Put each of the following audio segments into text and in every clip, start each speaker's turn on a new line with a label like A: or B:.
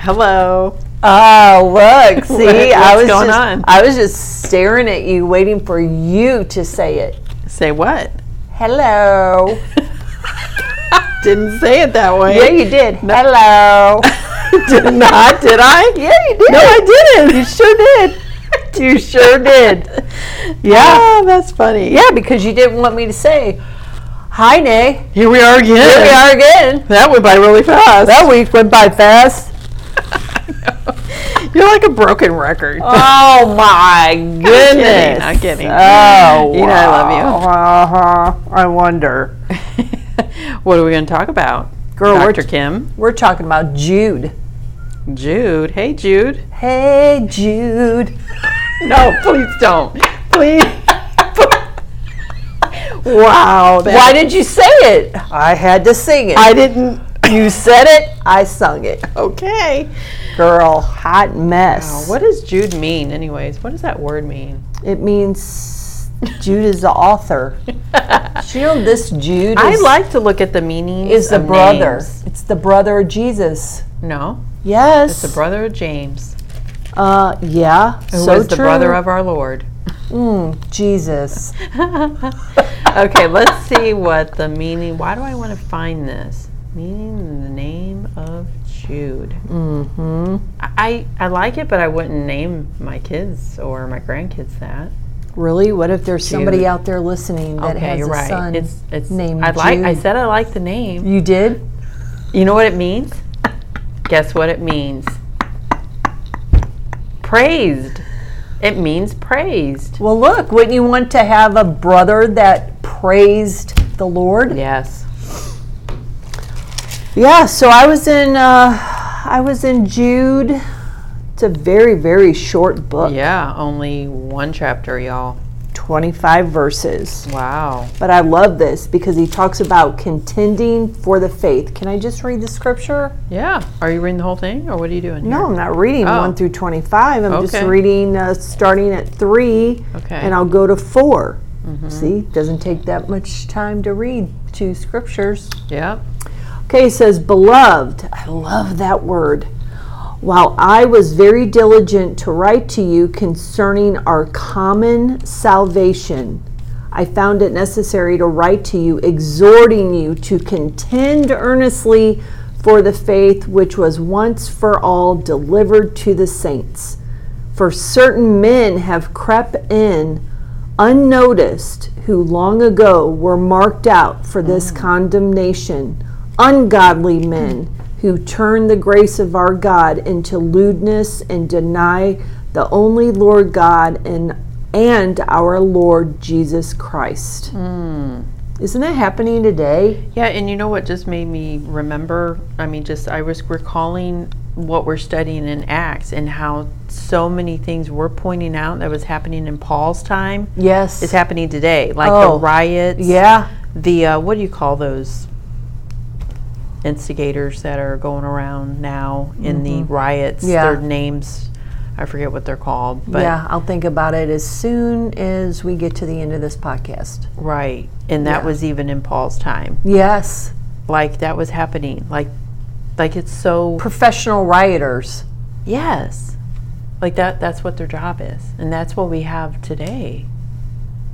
A: Hello.
B: Oh, look, see,
A: What-
B: I
A: what's
B: was
A: going
B: just,
A: on?
B: I was just staring at you, waiting for you to say it.
A: Say what?
B: Hello.
A: Didn't say it that way.
B: Yeah, you did. Hello.
A: did not, did I?
B: Yeah, you did.
A: No, I didn't.
B: You sure did. You sure did. Yeah,
A: Yeah, that's funny.
B: yeah, because you didn't want me to say, "Hi, Nay."
A: Here we are again.
B: Here we are again.
A: That went by really fast.
B: That week went by fast.
A: You're like a broken record.
B: Oh my
A: kidding,
B: goodness!
A: I'm kidding.
B: Oh,
A: You know I love you.
B: Uh huh. I wonder.
A: what are we going to talk about?
B: Girl, we're-
A: Dr. Kim.
B: We're talking about Jude.
A: Jude. Hey, Jude.
B: Hey, Jude.
A: No, please don't. Please. wow. that-
B: Why did you say it? I had to sing it.
A: I didn't.
B: you said it, I sung it.
A: Okay.
B: Girl, hot mess.
A: Wow, what does Jude mean, anyways? What does that word mean?
B: It means Jude is the author. you know this Jude
A: I
B: is,
A: like to look at the meaning.
B: is the brother. It's the brother of Jesus.
A: No,
B: Yes.
A: the brother of James,
B: Uh, yeah.
A: who
B: so
A: was the
B: true.
A: brother of our Lord.
B: Mm, Jesus.
A: Okay, let's see what the meaning. Why do I want to find this meaning in the name of Jude?
B: Mm-hmm.
A: I I like it, but I wouldn't name my kids or my grandkids that.
B: Really? What if there's somebody
A: Jude.
B: out there listening that
A: okay,
B: has
A: you're
B: a
A: right.
B: son
A: it's it's
B: named
A: I like. I
B: Jude?
A: said I like the name.
B: You did?
A: You know what it means? Guess what it means? Praised. It means praised.
B: Well, look, wouldn't you want to have a brother that praised the Lord?
A: Yes.
B: Yeah, so I was in uh, I was in Jude. It's a very very short book,
A: Yeah, only one chapter, y'all.
B: 25 verses.
A: Wow.
B: But I love this because he talks about contending for the faith. Can I just read the scripture?
A: Yeah. Are you reading the whole thing or what are you doing?
B: No,
A: here?
B: I'm not reading
A: Oh.
B: 1 through 25. I'm just
A: Okay.
B: reading uh, starting at 3
A: Okay.
B: and I'll go to 4. See, doesn't take that much time to read two scriptures.
A: Yeah.
B: Okay, it says, Beloved, I love that word. While I was very diligent to write to you concerning our common salvation, I found it necessary to write to you, exhorting you to contend earnestly for the faith which was once for all delivered to the saints. For certain men have crept in unnoticed who long ago were marked out for this condemnation, ungodly men who turn the grace of our God into lewdness and deny the only Lord God and and our Lord Jesus Christ. Hmm. Isn't that happening today?
A: Yeah, and you know what just made me remember? I mean, just I was recalling what we're studying in Acts and how so many things we're pointing out that was happening in Paul's time
B: Yes.
A: is happening today. Like
B: Oh.
A: the riots.
B: yeah.
A: The, uh, what do you call those? Instigators that are going around now in the riots.
B: Mm-hmm. Yeah.
A: Their names, I forget what they're called. But
B: yeah, I'll think about it as soon as we get to the end of this podcast.
A: Right. And that
B: Yeah.
A: was even in Paul's time.
B: Yes.
A: Like that was happening. Like like it's so
B: Professional rioters.
A: yes. Like that that's what their job is. And that's what we have today.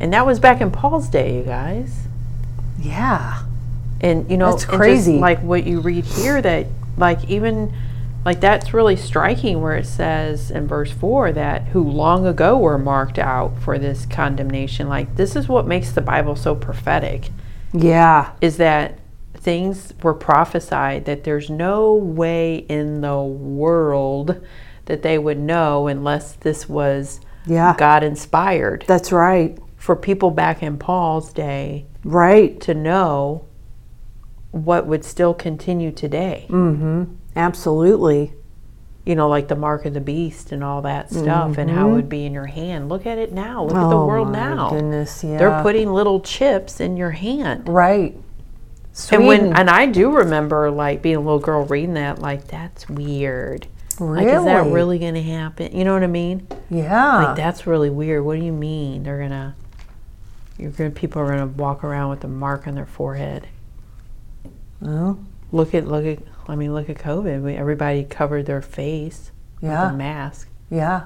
A: And that was back in Paul's day, you guys.
B: Yeah.
A: And you know
B: That's
A: and just
B: crazy.
A: like what you read here that like even like that's really striking where it says in verse 4 that who long ago were marked out for this condemnation like this is what makes the bible so prophetic
B: Yeah.
A: is that things were prophesied that there's no way in the world that they would know unless this was
B: Yeah.
A: God inspired.
B: That's right.
A: For people back in Paul's day
B: Right.
A: to know what would still continue today.
B: Mm. mm-hmm, Absolutely.
A: You know, like the mark of the beast and all that stuff, and how it would be in your hand. Look at it now. Look at the
B: Mm-hmm. Oh,
A: world
B: my
A: now.
B: Goodness, yeah.
A: They're putting little chips in your hand.
B: right.
A: And
B: Sweden.
A: when and I do remember like being a little girl reading that, like that's weird. Like, is that
B: Really?
A: really gonna happen? You know what I mean?
B: yeah.
A: Like that's really weird. What do you mean they're gonna? You're gonna people are gonna walk around with a mark on their forehead.
B: Well,
A: Look at look at. I mean, look at COVID. We, everybody covered their face with a
B: yeah.
A: mask.
B: Yeah.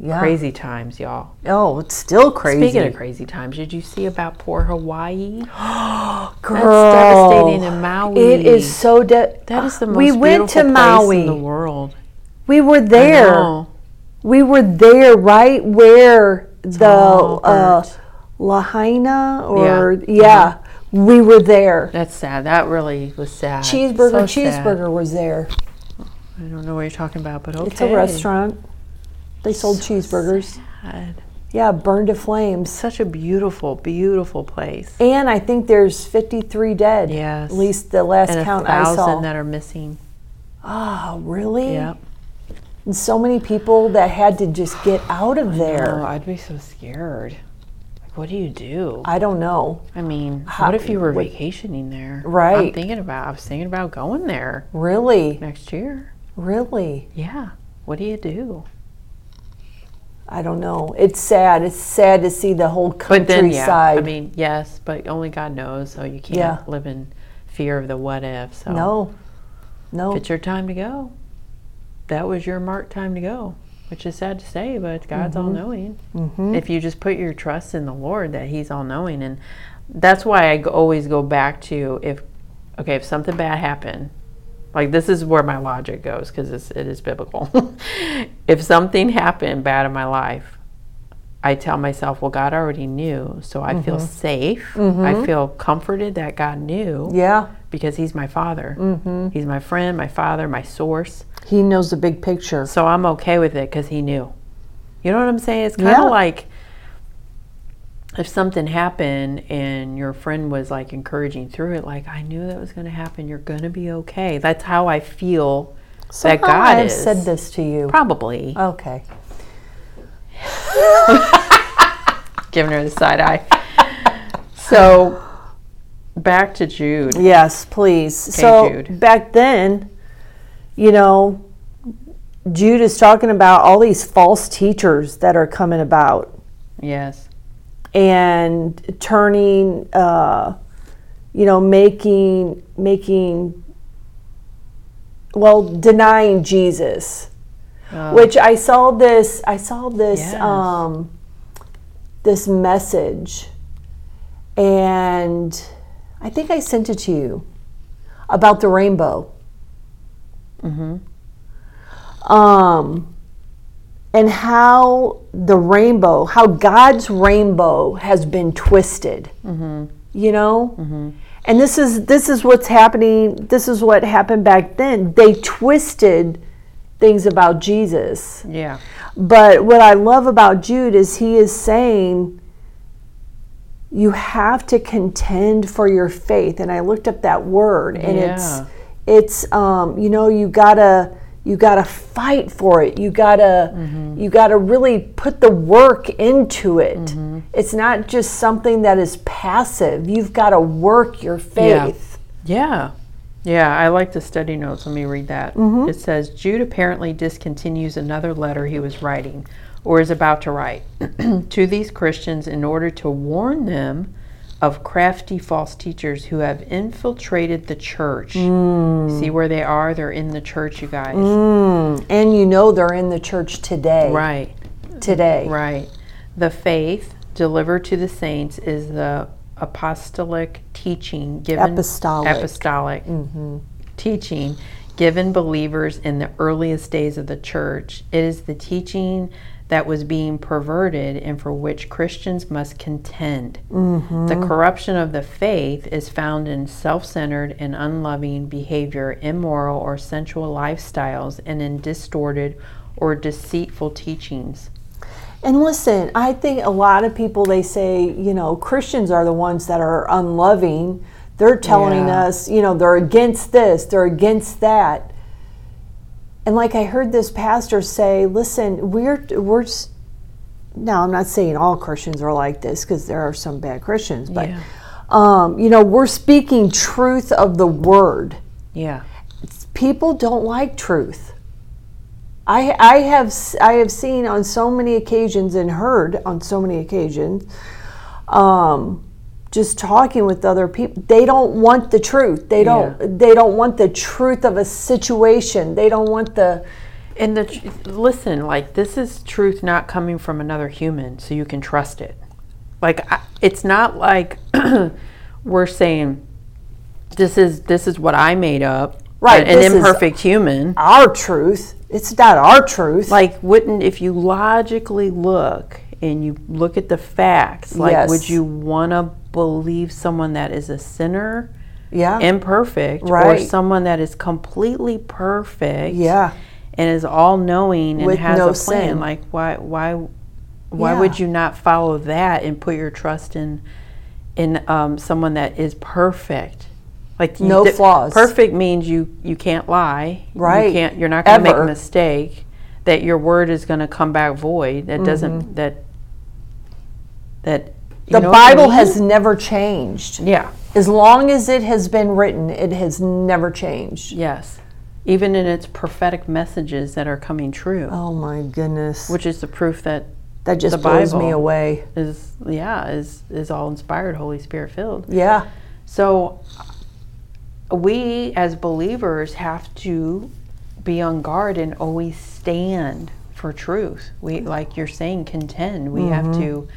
B: Yeah.
A: Crazy times, y'all.
B: Oh, it's still crazy.
A: Speaking of crazy times, did you see about poor Hawaii?
B: Girl,
A: That's devastating in Maui.
B: It is so de-
A: That is the most
B: We went to
A: beautiful place
B: Maui.
A: in the world.
B: we were
A: I
B: there.
A: know.
B: We were there right where the
A: all
B: uh,
A: burnt.
B: Lahaina or yeah,
A: Mm-hmm.
B: we were there.
A: That's sad. That really was sad.
B: Cheeseburger,
A: So sad.
B: cheeseburger was there.
A: I don't know what you're talking about, but okay.
B: It's a restaurant. They sold cheeseburgers.
A: God.
B: Yeah, burned to flames.
A: Such a beautiful, beautiful place.
B: And I think there's 53 dead.
A: Yes.
B: At least the last
A: and a
B: count
A: thousand
B: I saw.
A: that are missing.
B: Oh, really?
A: Yep.
B: And so many people that had to just get out of there.
A: Oh, I'd be so scared. Like, what do you do?
B: I don't know.
A: I mean,
B: How-
A: what if you were
B: what-
A: vacationing there? I'm
B: Right.
A: thinking about. I was thinking about going there
B: Really?
A: next year.
B: Really?
A: Yeah. What do you do?
B: I don't know. It's sad. It's sad to see the whole
A: But then, yeah.
B: countryside.
A: I mean, yes, but only God knows. So you can't
B: Yeah.
A: live in fear of the what if. So
B: no. No.
A: It's your time to go. That was your mark time to go, which is sad to say, but God's all knowing. If you just put your trust in the Lord, that He's all knowing. And that's why I g- always go back to if, okay, if something bad happened, like this is where my logic goes because it is biblical. if something happened bad in my life, I tell myself, well, God already knew. So I feel safe. I feel comforted that God knew
B: Yeah.
A: because he's my father. He's my friend, my father, my source.
B: He knows the big picture.
A: So I'm okay with it because he knew. You know what I'm saying? It's kind of
B: Yeah.
A: like if something happened and your friend was like encouraging through it, like, I knew that was going to happen. You're going to be okay. That's how I feel that
B: Somehow
A: God
B: I've
A: is.
B: said this to you.
A: Probably.
B: Okay.
A: Giving her the side eye. so back to Jude.
B: Yes, please. so
A: Jude.
B: back then, you know, Jude is talking about all these false teachers that are coming about.
A: Yes.
B: and turning uh, you know making making well denying jesus
A: Uh, Oh.
B: which i saw this i saw this
A: Yes.
B: um, this message and i think i sent it to you about the rainbow um and how the rainbow, how God's rainbow has been twisted. You know, and this is this is what's happening. This is what happened back then. They twisted things about Jesus.
A: Yeah.
B: But what I love about Jude is he is saying you have to contend for your faith. And I looked up that word and
A: Yeah.
B: it's it's um, you know, you gotta you gotta fight for it. You gotta
A: Mm-hmm.
B: you gotta really put the work into it.
A: Mm-hmm.
B: It's not just something that is passive. You've gotta work your
A: Yeah.
B: faith.
A: Yeah. Yeah, I like the study notes. Let me read that. It says Jude apparently discontinues another letter he was writing or is about to write to these Christians in order to warn them of crafty false teachers who have infiltrated the church. See where they are? They're in the church, you guys.
B: And you know they're in the church today.
A: Right.
B: Today.
A: Right. The faith delivered to the saints is the apostolic teaching given
B: Apostolic.
A: apostolic Mm-hmm. teaching given believers in the earliest days of the church. It is the teaching that was being perverted and for which Christians must contend. The corruption of the faith is found in self centered and unloving behavior, immoral or sensual lifestyles, and in distorted or deceitful teachings.
B: And listen, I think a lot of people they say, you know, Christians are the ones that are unloving. They're telling
A: Yeah.
B: us, you know, they're against this, they're against that. And like I heard this pastor say, listen, we're we're s- now I'm not saying all Christians are like this because there are some bad Christians, but
A: Yeah.
B: um, you know, we're speaking truth of the word
A: Yeah.
B: people don't like truth. I, I have s- I have seen on so many occasions and heard on so many occasions, um, just talking with other people, they don't want the truth. They don't they don't want the truth of a situation. They don't want the
A: And the tr- listen, like this is truth not coming from another human, so you can trust it. Like I, it's not like we're saying this is this is what I made up.
B: Right,
A: An
B: this is-
A: imperfect human.
B: our truth. It's not our truth.
A: Like wouldn't if you logically look and you look at the facts, like would
B: Yes.
A: you want to believe someone that is a sinner,
B: yeah,
A: imperfect, or
B: Right.
A: someone that is completely perfect?
B: yeah,
A: and is all knowing and
B: With
A: has
B: no
A: a plan.
B: sin.
A: Like why why why
B: Yeah.
A: would you not follow that and put your trust in in um, someone that is perfect? Like you-
B: No
A: th-
B: flaws.
A: Perfect means you you can't lie. You
B: Right.
A: can't. You're not going to make a
B: Ever.
A: mistake. That your word is going to come back void. That
B: Mm-hmm.
A: doesn't. That that. you
B: the
A: know what I
B: Bible
A: mean?
B: has never changed.
A: Yeah.
B: As long as it has been written, it has never changed.
A: Yes. Even in its prophetic messages that are coming true,
B: Oh my goodness,
A: which is the proof that
B: that just
A: the
B: blows me
A: Bible.
B: away.
A: is yeah is is all inspired holy spirit filled
B: Yeah.
A: so we as believers have to be on guard and always stand for truth we like you're saying contend we have to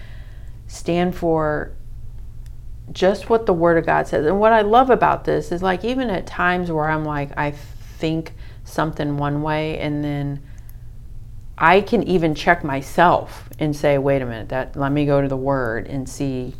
A: stand for just what the word of god says and what i love about this is like even at times where i'm like i think something one way and then I can even check myself and say, wait a minute, that let me go to the word and see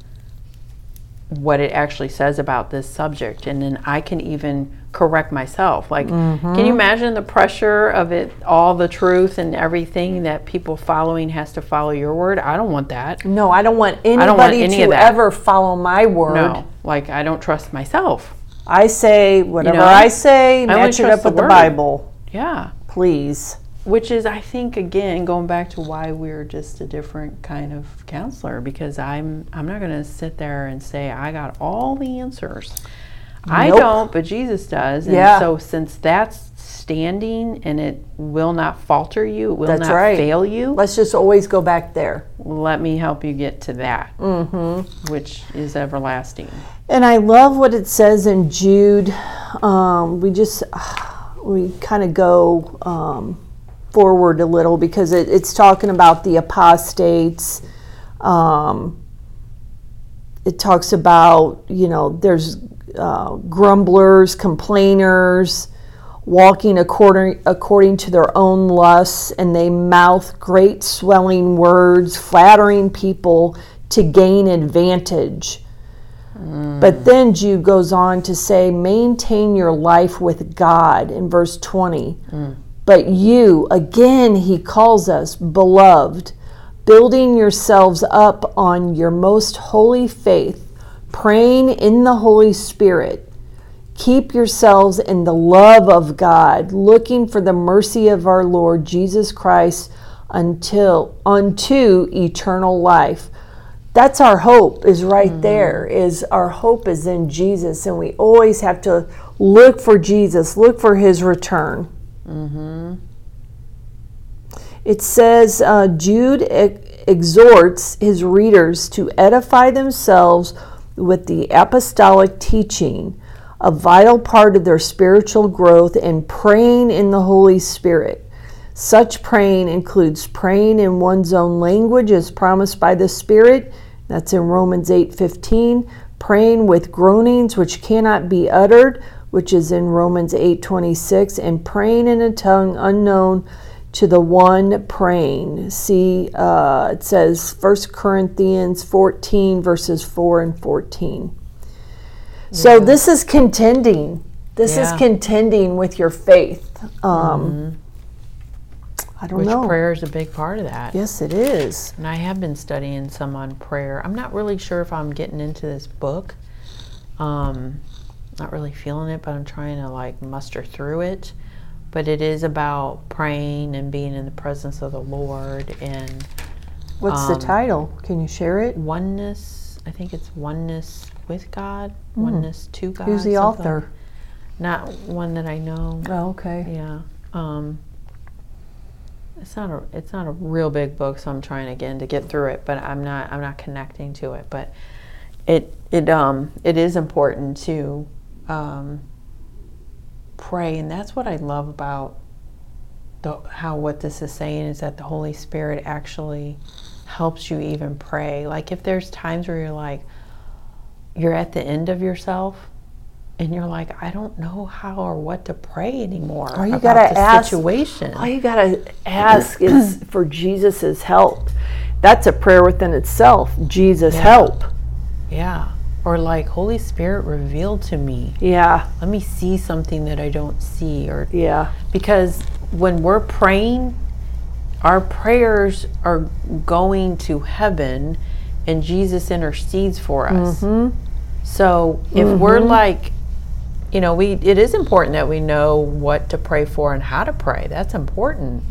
A: what it actually says about this subject and then I can even correct myself. Like can you imagine the pressure of it all the truth and everything that people following has to follow your word? I don't want that.
B: No, I don't want anybody
A: don't want any
B: to
A: of that.
B: ever follow my word.
A: No. Like I don't trust myself.
B: I say whatever
A: know,
B: I say,
A: only
B: match it
A: trust
B: up
A: the
B: with the,
A: word.
B: Bible,
A: Yeah.
B: please.
A: Which is I think again going back to why we're just a different kind of counselor because I'm I'm not going to sit there and say I got all the answers. I
B: Nope.
A: don't, but Jesus does. And
B: Yeah.
A: so since that's standing and it will not falter you, it will
B: That's
A: not
B: right.
A: fail you,
B: Let's just always go back there.
A: let me help you get to that.
B: Mm-hmm.
A: Which is everlasting.
B: And I love what it says in Jude. Um, we just we kind of go um, forward a little because it, it's talking about the apostates. Um, it talks about you know there's uh, grumblers, complainers, walking according according to their own lusts, and they mouth great swelling words, flattering people to gain advantage. But then Jude goes on to say, maintain your life with God in verse 20. But you, again, he calls us beloved, building yourselves up on your most holy faith, praying in the Holy Spirit. Keep yourselves in the love of God, looking for the mercy of our Lord Jesus Christ until unto eternal life. That's our hope is right there. Is our hope is in Jesus and we always have to look for Jesus, look for his return. It says uh, Jude ex- exhorts his readers to edify themselves with the apostolic teaching, a vital part of their spiritual growth, and praying in the Holy Spirit. Such praying includes praying in one's own language as promised by the Spirit. That's in Romans 8:15, praying with groanings which cannot be uttered, which is in Romans 8:26, and praying in a tongue unknown to the one praying. See, uh, it says 1 Corinthians 14, verses 4 and 14. So this is contending. This
A: Yeah.
B: is contending with your faith. Um, I don't
A: Mm-hmm. Which
B: know.
A: prayer is a big part of that.
B: Yes, it is.
A: And I have been studying some on prayer. I'm not really sure if I'm getting into this book. Um, not really feeling it, but I'm trying to like muster through it. But it is about praying and being in the presence of the Lord and
B: What's
A: Um,
B: the title? Can you share it?
A: oneness. I think it's oneness with God, oneness to God.
B: Hmm. Who's the
A: something.
B: author?
A: Not one that I know.
B: Oh, okay.
A: Yeah. Um, it's not a it's not a real big book, so I'm trying again to get through it, but I'm not I'm not connecting to it. But it it um it is important to um, pray, and that's what I love about the how what this is saying is that the Holy Spirit actually helps you even pray. Like if there's times where you're like you're at the end of yourself and you're like I don't know how or what to pray anymore
B: you
A: about
B: gotta
A: the
B: ask-
A: situation.
B: All you gotta ask is for Jesus' help. That's a prayer within itself. Jesus help.
A: yeah. Or like Holy Spirit reveal to me.
B: Yeah,
A: Let me see something that I don't see or
B: yeah.
A: because when we're praying our prayers are going to heaven and jesus intercedes for us so if we're like you know we it is important that we know what to pray for and how to pray that's important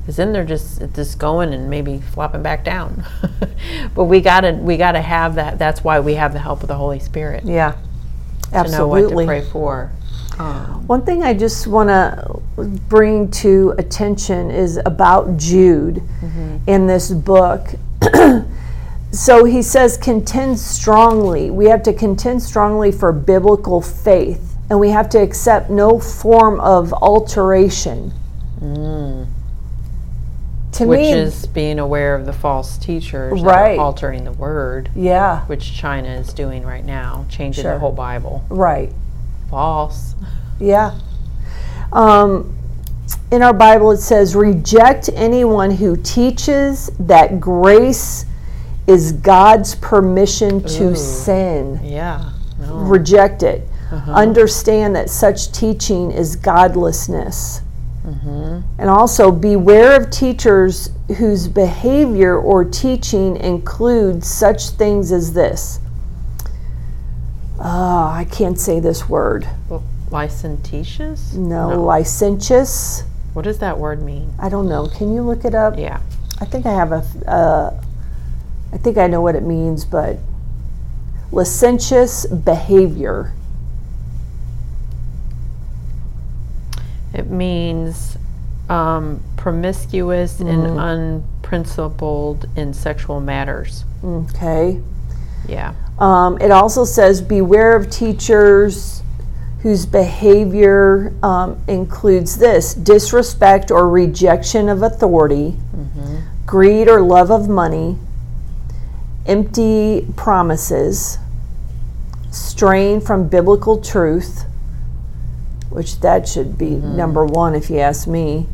A: because then they're just just going and maybe flopping back down but we gotta we gotta have that that's why we have the help of the holy spirit
B: Yeah.
A: to know what to
B: Absolutely.
A: pray for um,
B: One thing I just want to bring to attention is about Jude
A: Mm-hmm.
B: in this book. so he says, contend strongly. We have to contend strongly for biblical faith, and we have to accept no form of alteration. To
A: Mm. which
B: me,
A: is being aware of the false teachers that
B: Right.
A: are altering the word,
B: yeah,
A: which China is doing right now, changing the
B: Sure.
A: whole Bible.
B: right.
A: False.
B: Yeah. Um, in our Bible, it says, reject anyone who teaches that grace is God's permission to sin.
A: Yeah. No.
B: Reject it. Understand that such teaching is godlessness. And also, beware of teachers whose behavior or teaching includes such things as this. Ah, I can't say this word.
A: Well, licentitious?
B: No, licentious.
A: What does that word mean?
B: I don't know. Can you look it up?
A: Yeah.
B: I think I have a. Uh, I think I know what it means, but licentious behavior.
A: It means um, promiscuous
B: Mm-hmm.
A: and unprincipled in sexual matters.
B: Okay.
A: Yeah.
B: Um, it also says beware of teachers whose behavior um, includes this disrespect or rejection of authority, greed or love of money, empty promises, straying from biblical truth, which that should be number one if you ask me.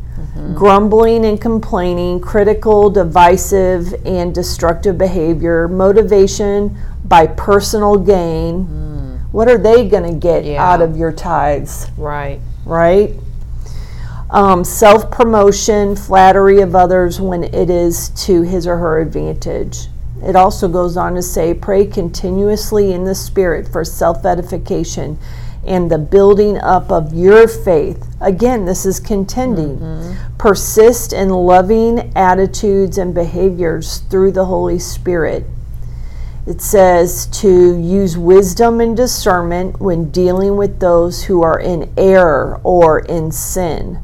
B: Grumbling and complaining, critical, divisive, and destructive behavior, motivation by personal gain. What are they going to get
A: Yeah.
B: out of your tithes?
A: Right.
B: right? Um, Self promotion, flattery of others when it is to his or her advantage. It also goes on to say, pray continuously in the Spirit for self edification and the building up of your faith. Again, this is contending. Persist in loving attitudes and behaviors through the Holy Spirit. It says to use wisdom and discernment when dealing with those who are in error or in sin.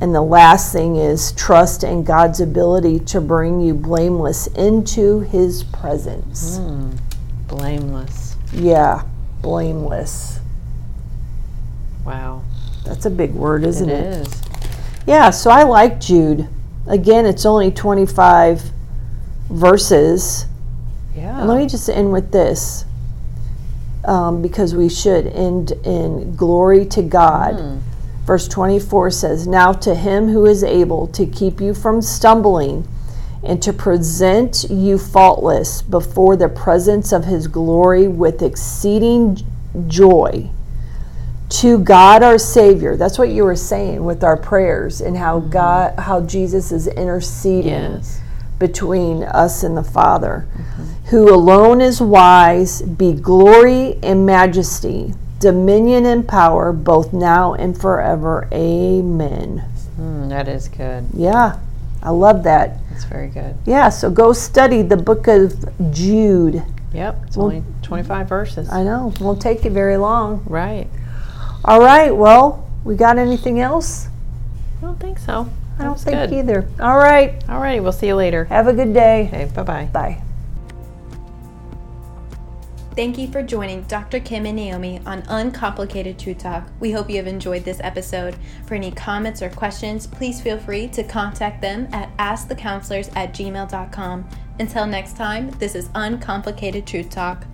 B: And the last thing is trust in God's ability to bring you blameless into his presence.
A: Blameless.
B: Yeah, blameless.
A: Wow.
B: That's a big word, isn't it?
A: it is.
B: Yeah, so I like Jude. Again, it's only 25 verses.
A: Yeah.
B: And let me just end with this, um, because we should end in glory to God. Verse 24 says, Now to him who is able to keep you from stumbling and to present you faultless before the presence of his glory with exceeding joy. To God our Savior. That's what you were saying with our prayers and how God how Jesus is interceding
A: yes.
B: between us and the Father, who alone is wise, be glory and majesty, dominion and power, both now and forever. Amen.
A: Mm, that is good.
B: Yeah, I love that.
A: That's very good.
B: Yeah, so go study the book of Jude.
A: Yep. It's
B: Well-
A: only 25 verses.
B: I know, won't take you very long.
A: right.
B: All right, well, we got anything else?
A: I don't think so.
B: I
A: That
B: don't
A: was
B: think
A: good.
B: either. All right,
A: All righty. We'll see you later.
B: have a good day.
A: Okay. Bye bye.
B: Bye.
C: Thank you for joining Dr. Kim and Naomi on Uncomplicated True Talk. We hope you have enjoyed this episode. For any comments or questions, please feel free to contact them at askthecounselors at gmail.com. Until next time, this is Uncomplicated Truth Talk.